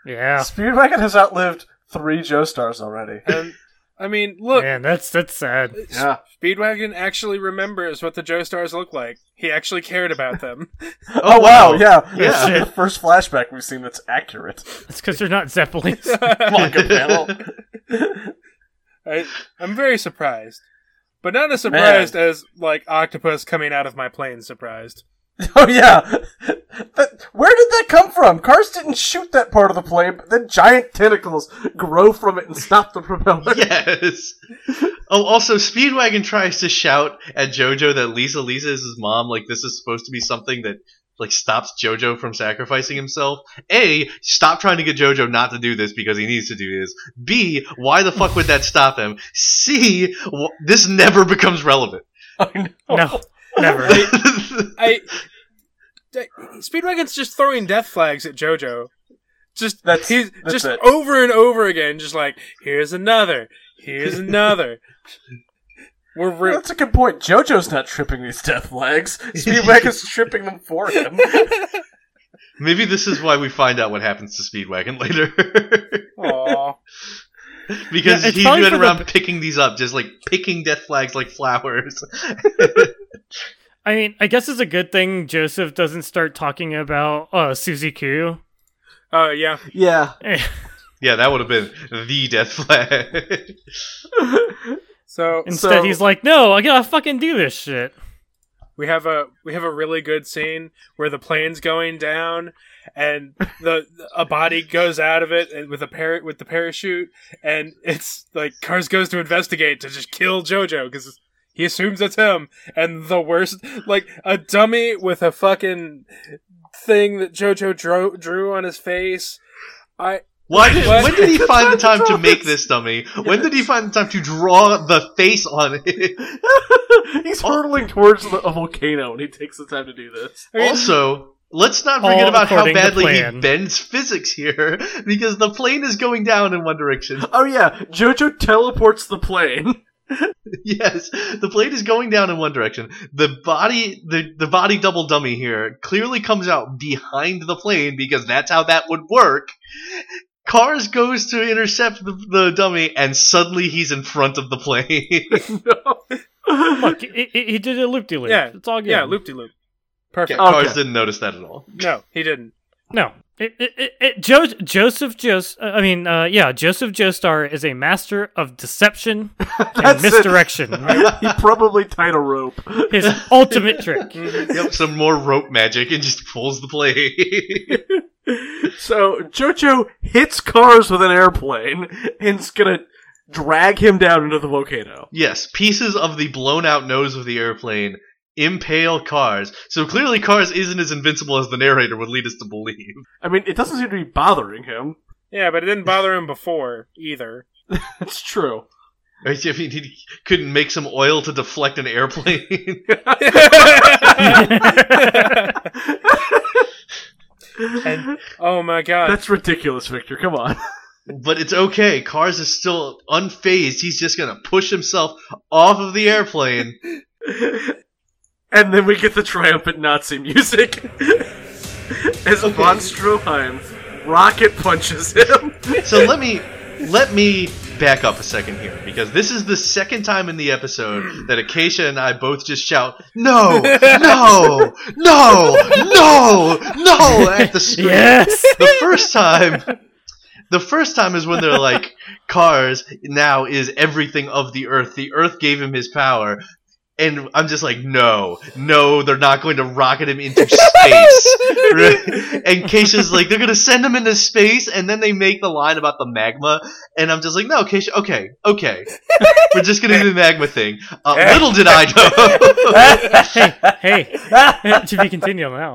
S3: Yeah,
S2: Speedwagon has outlived three Joestars already.
S4: um, I mean, look,
S3: man, that's that's sad.
S2: Yeah,
S4: Speedwagon actually remembers what the Joe Stars look like. He actually cared about them.
S5: Oh,
S2: Oh, wow, yeah.
S5: Yeah.
S2: This is the first flashback we've seen that's accurate.
S3: It's because they're not zeppelins.
S2: Come on, good panel.
S4: I, I'm very surprised, but not as surprised as like octopus coming out of my plane surprised.
S2: Oh yeah, that, where did that come from? Cars didn't shoot that part of the plane, but then giant tentacles grow from it and stop the propeller.
S5: yes. Oh, also, Speedwagon tries to shout at JoJo that Lisa Lisa is his mom. Like this is supposed to be something that like stops JoJo from sacrificing himself. A, stop trying to get JoJo not to do this because he needs to do this. B, why the fuck would that stop him? C, wh- this never becomes relevant.
S3: No, never.
S4: I, I Speedwagon's just throwing death flags at JoJo. Just
S2: That's-
S4: he's
S2: that's
S4: just
S2: it.
S4: over and over again, just like here's another, here's another. We're re-
S2: That's a good point. JoJo's not tripping these death flags. Speedwagon's tripping them for him.
S5: Maybe this is why we find out what happens to Speedwagon later.
S4: Aw.
S5: because
S3: Yeah, it's
S5: he
S3: probably
S5: went
S3: for the-
S5: around picking these up, just like picking death flags like flowers.
S3: I mean, I guess it's a good thing Joseph doesn't start talking about uh, Suzy Q.
S4: Oh yeah.
S2: Yeah.
S3: Eh,
S5: yeah, that would have been the death flag.
S4: So
S3: Instead,
S2: So-
S3: he's like, "No, I gotta fucking do this shit."
S4: we have a we have a really good scene where the plane's going down and the a body goes out of it and with a par- with the parachute and it's like Cars goes to investigate to just kill Jojo because he assumes it's him and the worst like a dummy with a fucking thing that Jojo drew, drew on his face. I
S5: Why did,
S4: What?
S5: when did he find the time to
S2: Drawings.
S5: make this dummy? When did he find the time to draw the face on it?
S2: He's hurtling towards the, a volcano and he takes the time to do this.
S4: mean-
S5: Also, let's not
S3: All
S5: forget about how
S3: according to
S5: badly he
S3: plan.
S5: bends physics here, because the plane is going down in one direction.
S2: Oh yeah, JoJo teleports the plane.
S5: Yes, the plane is going down in one direction. The body, the, the body double dummy here clearly comes out behind the plane because that's how that would work. Cars goes to intercept the, the dummy, and suddenly he's in front of the plane.
S3: Look, he, he he did a loop de loop.
S4: Yeah,
S3: it's all good.
S4: yeah, loop de loop.
S5: Yeah,
S4: Perfect.
S5: Cars
S2: Okay.
S5: didn't notice that at all.
S4: No, he didn't.
S3: No, it, it, it, it, jo- Joseph Joes. I mean, uh, yeah, Joseph Joestar is a master of deception and
S2: That's it.
S3: misdirection.
S2: he probably tied a rope.
S3: His ultimate trick.
S5: yep, some more rope magic and just pulls the plane.
S2: So JoJo hits cars with an airplane and's gonna drag him down into the volcano.
S5: yes, pieces of the blown out nose of the airplane impale Cars. So clearly, Cars isn't as invincible as the narrator would lead us to believe.
S2: I mean, it doesn't seem to be bothering him.
S4: Yeah, but it didn't bother him before either.
S2: It's true.
S5: I mean, he couldn't make some oil to deflect an airplane.
S4: And oh my god.
S2: That's ridiculous, Victor. Come on.
S5: but it's okay. Cars is still unfazed. He's just going to push himself off of the airplane.
S2: And then we get the triumphant Nazi music as von Stroheim rocket punches him.
S5: so let me let me back up a second here because this is the second time in the episode that Acacia and I both just shout no no no no no at the screen.
S3: yes.
S5: The first time the first time is when they're like cars now is everything of the earth. The earth gave him his power. And I'm just like, no, no, they're not going to rocket him into space. Right? And Keisha's like, they're going to send him into space, and then they make the line about the magma. And I'm just like, no, Keisha, okay, okay. We're just going to do the magma thing. Uh, little did I know.
S3: hey, hey. to be continued on that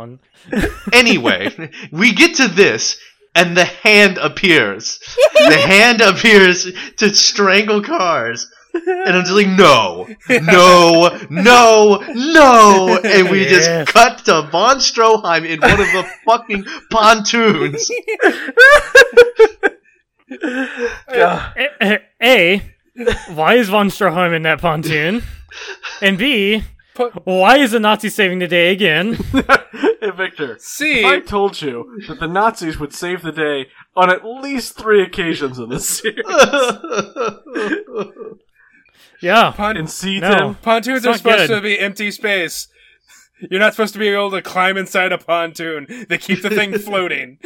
S3: one.
S5: anyway, we get to this, and the hand appears. The hand appears to strangle cars. And I'm just like, no, no, no, no. And we
S3: Yes.
S5: just cut to Von Stroheim in one of the fucking pontoons.
S2: Yeah.
S3: A, A, why is von Stroheim in that pontoon? And B, why is the Nazi saving the day again?
S2: Hey, Victor.
S4: See,
S2: I told you that the Nazis would save the day on at least three occasions in this series.
S3: Yeah.
S2: And see
S3: No.
S2: them.
S4: pontoons
S3: not
S4: are supposed
S3: good.
S4: to be empty space. You're not supposed to be able to climb inside a pontoon. They keep the thing floating.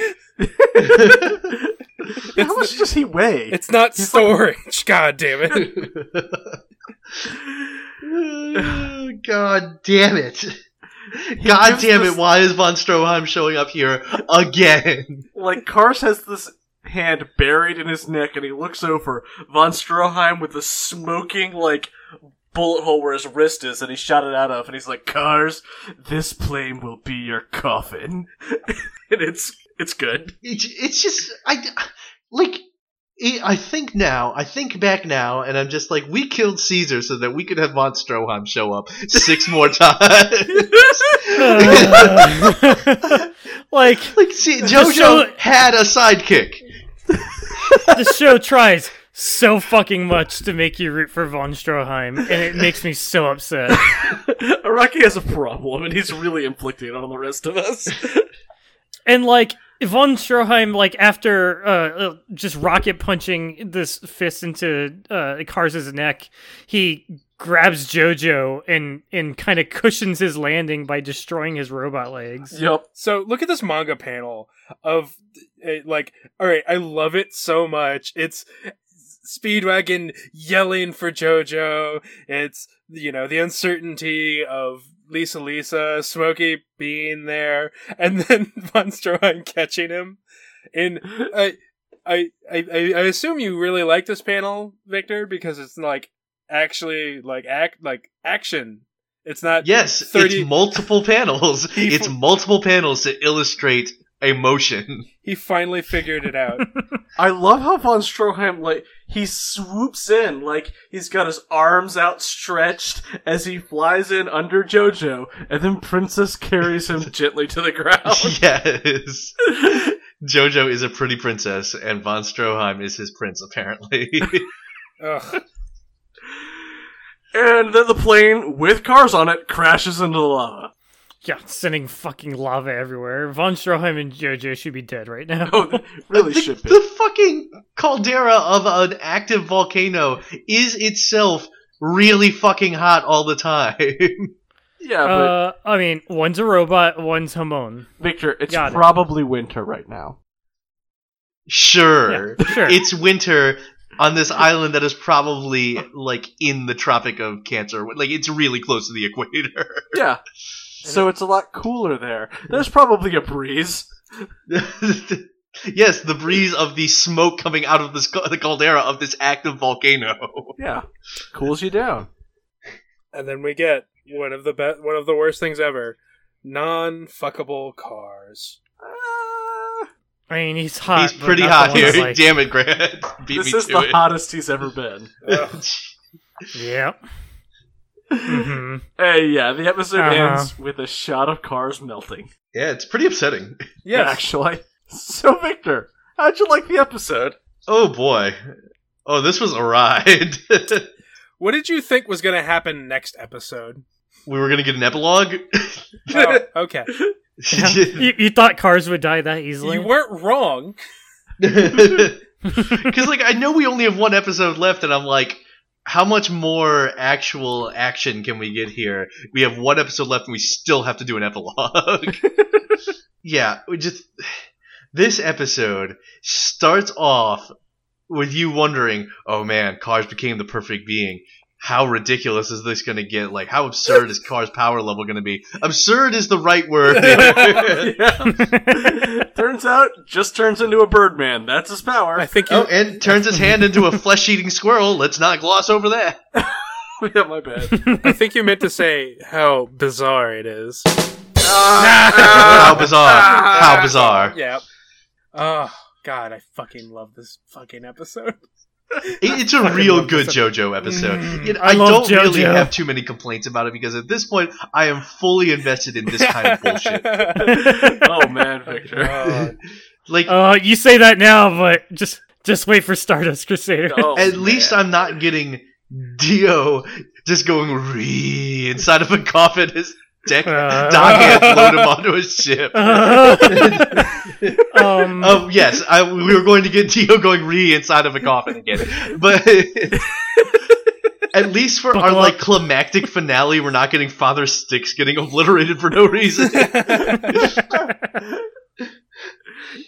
S2: How much does he weigh?
S4: It's not storage. God damn it.
S5: God damn it. God
S2: gives
S5: damn
S2: us-
S5: it, why is Von Stroheim showing up here again?
S2: like Kars has this hand buried in his neck and he looks over von Stroheim with the smoking like bullet hole where his wrist is that he shot it out of and he's like Kars this plane will be your coffin and it's it's good
S5: It, it's just, I, like, it, I think now, I think back now, and I'm just like, we killed Caesar so that we could have Von Stroheim show up six more times.
S3: like
S5: like, see,
S3: Just
S5: JoJo
S3: so-
S5: had a sidekick.
S3: the show tries so fucking much to make you root for von Stroheim, and it makes me so upset.
S2: Araki has a problem and he's really inflicting it on the rest of us
S3: And like von Stroheim, like after uh, uh, just rocket punching this fist into uh, Kars's neck, he grabs Jojo and and kind of cushions his landing by destroying his robot legs.
S2: yep
S4: So look at this manga panel of uh, like, all right, I love it so much. It's Speedwagon yelling for JoJo. It's you know the uncertainty of Lisa Lisa, Smokey being there, and then Von Stroheim catching him. And I, I, I, I I assume you really like this panel, Victor, because it's like actually like act like action. It's not
S5: Yes,
S4: 30
S5: it's multiple panels.
S4: He
S5: It's
S4: fu-
S5: multiple panels to illustrate emotion.
S4: he finally figured it out.
S2: I love how von Stroheim like he swoops in like he's got his arms outstretched as he flies in under Jojo, and then Princess carries him gently to the
S3: Oh.
S2: ground.
S5: yes. Jojo is a pretty princess, and Von Stroheim is his prince, apparently.
S4: Ugh.
S2: and then the plane with cars on it crashes into the lava.
S3: Yeah, sending fucking lava everywhere. Von Stroheim and Jojo should be dead right now.
S2: Oh, it really
S5: the,
S2: should be.
S5: the fucking caldera of an active volcano is itself really fucking hot all the time.
S2: Yeah, but
S3: Uh, I mean, one's a robot, one's Hamon.
S2: Victor, it's
S3: got it.
S2: probably winter right now.
S5: sure.
S3: Yeah, sure.
S5: It's winter on this island that is probably like in the Tropic of Cancer. Like it's really close to the equator.
S2: Yeah. So it's a lot cooler there. There's probably a breeze.
S5: yes, the breeze of the smoke coming out of this, ca- the caldera of this active volcano.
S2: Yeah. Cools you down.
S4: And then we get one of the best, one of the worst things ever: non-fuckable cars.
S2: Ah,
S3: I mean, he's hot.
S5: He's
S3: but
S5: pretty
S3: not the
S5: hot
S3: one that's
S5: here.
S3: Like,
S5: Damn it, Grant. Beat
S2: this
S5: me
S2: is
S5: to
S2: the
S5: it.
S2: hottest he's ever been.
S4: Ugh.
S3: Yep. hmm
S2: Hey, yeah, the episode
S3: Uh-huh.
S2: ends with a shot of cars melting.
S5: yeah, it's pretty upsetting.
S2: Yeah,
S4: Yes.
S2: actually. So, Victor, how'd you like the episode?
S5: Oh boy. Oh, this was a ride.
S4: What did you think was going to happen next episode?
S5: we were gonna get an epilogue.
S4: Oh, okay,
S3: you, you thought cars would die that easily?
S4: you weren't wrong.
S5: Because like I know we only have one episode left, and I'm like, how much more actual action can we get here? We have one episode left, and we still have to do an epilogue. yeah, we just this episode starts off with you wondering, oh man, Cars became the perfect being. How ridiculous is this going to get? Like, how absurd is Cars' power level going to be? Absurd is the right word. there.
S2: Yeah. turns out, just turns into a Birdman. That's his power.
S4: I think you.
S5: oh, and turns his hand into a flesh-eating squirrel. Let's not gloss over that.
S2: yeah, my bad.
S4: I think you meant to say how bizarre it is.
S5: how
S2: Ah,
S5: bizarre! How bizarre!
S4: Yeah. Oh God, I fucking love this fucking episode.
S5: It- It's a
S4: Fucking
S5: real
S4: love
S5: good
S4: this
S5: JoJo episode.
S4: Mm,
S5: It-
S3: I
S5: I,
S3: love
S5: don't really
S3: JoJo.
S5: have too many complaints about it because at this point, I am fully invested in this kind of bullshit.
S2: oh, man, Victor.
S4: God.
S5: Like,
S3: uh, you say that now, but just just wait for Stardust Crusader.
S2: Oh,
S5: at
S2: man.
S5: least I'm not getting Dio just going re inside of a coffin. His deck
S3: Uh.
S5: Doc had float him onto a ship.
S3: um,
S5: Oh yes, I, we were going to get Dio going re inside of a coffin again, but at least for our
S3: Buckle
S5: like
S3: up.
S5: climactic finale, we're not getting Father Sticks getting obliterated for no reason.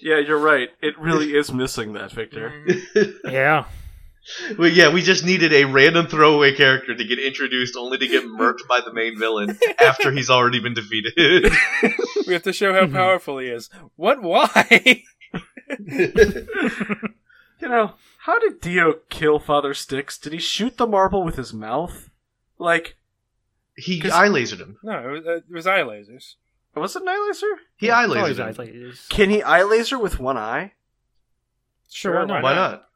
S2: Yeah, you're right. It really is missing that, Victor.
S5: Mm.
S3: Yeah.
S5: Well, yeah, we just needed a random throwaway character to get introduced, only to get murked by the main villain after he's already been defeated.
S4: We have to show how
S3: Mhm.
S4: powerful he is. What? Why?
S2: You know, how did Dio kill Father Styx? Did he shoot the marble with his mouth? Like,
S5: he
S2: 'Cause-
S5: eye lasered him.
S4: no, it was, uh, it was eye lasers.
S2: was it an eye laser?
S5: He eye
S3: It's always
S5: lasered him.
S3: eyes lasers.
S2: Can he eye laser with one eye?
S3: Sure, why not?
S5: Why not?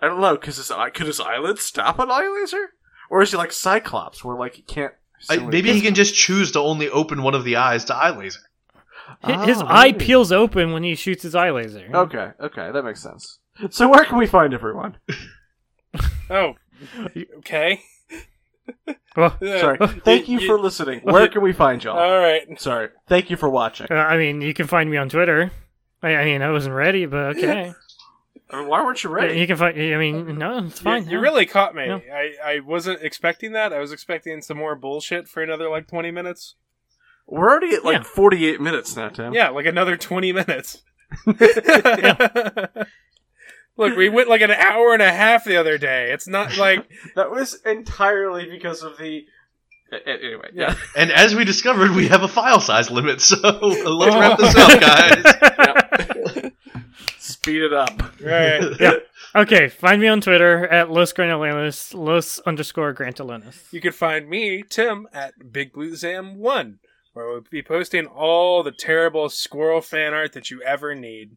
S2: I don't know, because his eye could his eyelid stop an eye laser? Or is he like Cyclops, where like he can't?
S5: I, maybe he can just choose to only open one of the eyes to eye laser.
S3: Hi- His
S2: Oh,
S3: eye
S2: right.
S3: peels open when he shoots his eye laser.
S2: Okay, okay, that makes sense. So where can we find everyone?
S4: Oh, okay.
S3: Well,
S4: Yeah. Uh,
S2: Sorry. Thank you for listening. Where can we find y'all?
S4: All right.
S2: Sorry. Thank you for watching.
S3: uh, I mean, you can find me on Twitter. I, I mean, I wasn't ready, but okay.
S2: I mean, why weren't you ready?
S3: You can find. I mean, no, it's fine.
S4: You, you
S3: yeah.
S4: really caught me.
S3: No.
S4: I, I wasn't expecting that. I was expecting some more bullshit for another like 20 minutes.
S2: We're already at like
S3: Yeah.
S2: 48 minutes now, Tim.
S4: Yeah, like another 20 minutes. Look, we went like an hour and a half the other day. It's not like
S2: That was entirely because of the. a- a- Anyway, yeah.
S5: And as we discovered, we have a file size limit, so let's wrap this up, guys.
S2: Speed it up.
S4: right.
S3: Okay, find me on Twitter at Los Granolanos, Los underscore Grantolanos.
S4: You can find me, Tim, at Big Blue Zam One, where we'll be posting all the terrible squirrel fan art that you ever need.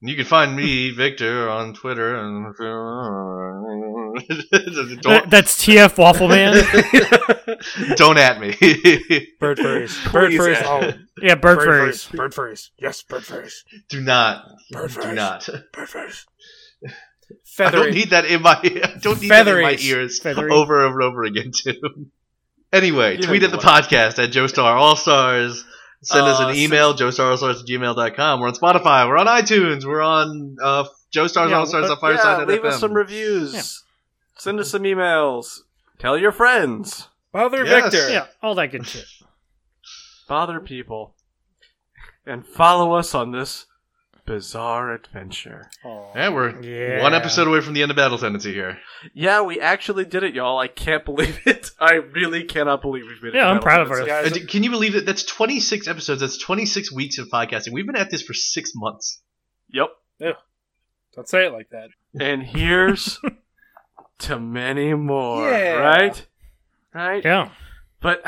S5: You can find me, Victor, on Twitter. And... don't,
S3: That- that's TF Waffleman.
S5: don't at me.
S4: Bird furries. Bird
S2: Please,
S4: furries.
S2: Ed.
S4: all.
S3: yeah, bird furries.
S4: Bird furries. Yes, bird furries.
S5: Do not.
S4: Bird
S5: Do
S4: fries.
S5: not.
S4: Bird furries.
S5: I don't
S4: Feathery.
S5: need that in my. I don't need that in my
S4: Featheries.
S5: ears
S3: Feathery.
S5: over and over again too. Anyway,
S2: You
S5: tweet
S2: know
S5: at the
S2: what.
S5: podcast at Joestar All Stars. Send us
S2: Uh,
S5: an email, joestarallstars at gmail.com. We're on Spotify. We're on iTunes. We're on uh, Joestar's
S3: Yeah,
S5: All Stars
S3: uh,
S5: on Fireside.
S2: yeah, leave
S5: FM.
S2: us some reviews. Send us some emails. Tell your friends.
S4: Bother
S5: Yes.
S4: Victor.
S3: Yeah, all that good shit.
S2: Bother people. And follow us on this bizarre adventure.
S5: Yeah, we're
S3: Yeah.
S5: one episode away from the end of Battle Tendency here.
S2: Yeah, we actually did it, y'all. I can't believe it. I really cannot believe we've made it.
S3: Yeah,
S2: to
S3: I'm
S2: Battle
S3: proud of
S2: Toads.
S3: her.
S4: Guys,
S5: Uh, d- Can you believe that? That's 26 episodes. That's 26 weeks of podcasting. We've been at this for six months.
S2: Yep.
S4: Don't say it like that.
S2: And here's to many more.
S4: Yeah.
S2: Right? Right?
S3: Yeah.
S2: But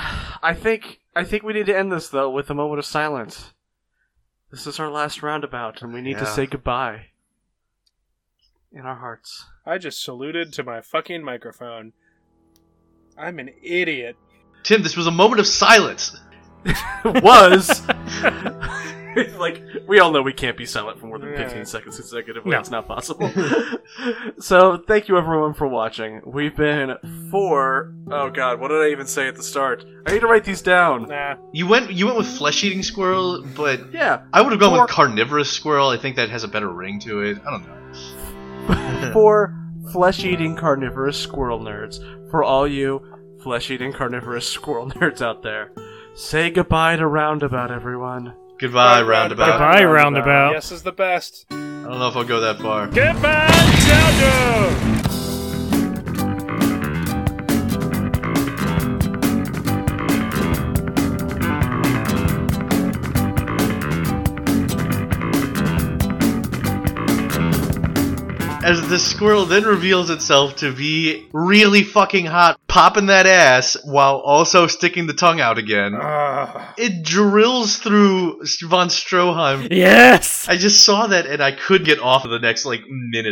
S2: I think I think we need to end this though with a moment of silence. This is our last roundabout, and we need to
S5: Yeah.
S2: say goodbye in our hearts.
S4: I just saluted to my fucking microphone. I'm an idiot.
S5: Tim, this was a moment of silence.
S2: It was like we all know we can't be silent for more than
S4: Yeah.
S2: 15 seconds consecutively.
S3: No.
S2: It's not possible. so thank you everyone for watching. We've been for oh god, what did I even say at the start? I need to write these down.
S4: Nah.
S5: You went you went with flesh eating squirrel, but
S2: Yeah,
S5: I would have gone
S2: Or-
S5: with carnivorous squirrel. I think that has a better ring to it. I don't know.
S2: for flesh-eating carnivorous squirrel nerds, for all you flesh-eating carnivorous squirrel nerds out there, say goodbye to Roundabout, everyone.
S5: Goodbye, roundabout.
S3: Goodbye. roundabout.
S4: Yes is the best.
S5: I don't know if I'll go that far.
S3: Goodbye, Jojo!
S5: As the squirrel then reveals itself to be really fucking hot, popping that ass while also sticking the tongue out again.
S4: Ah.
S5: It drills through von Stroheim.
S3: Yes!
S5: I just saw that and I could get off of the next like minute.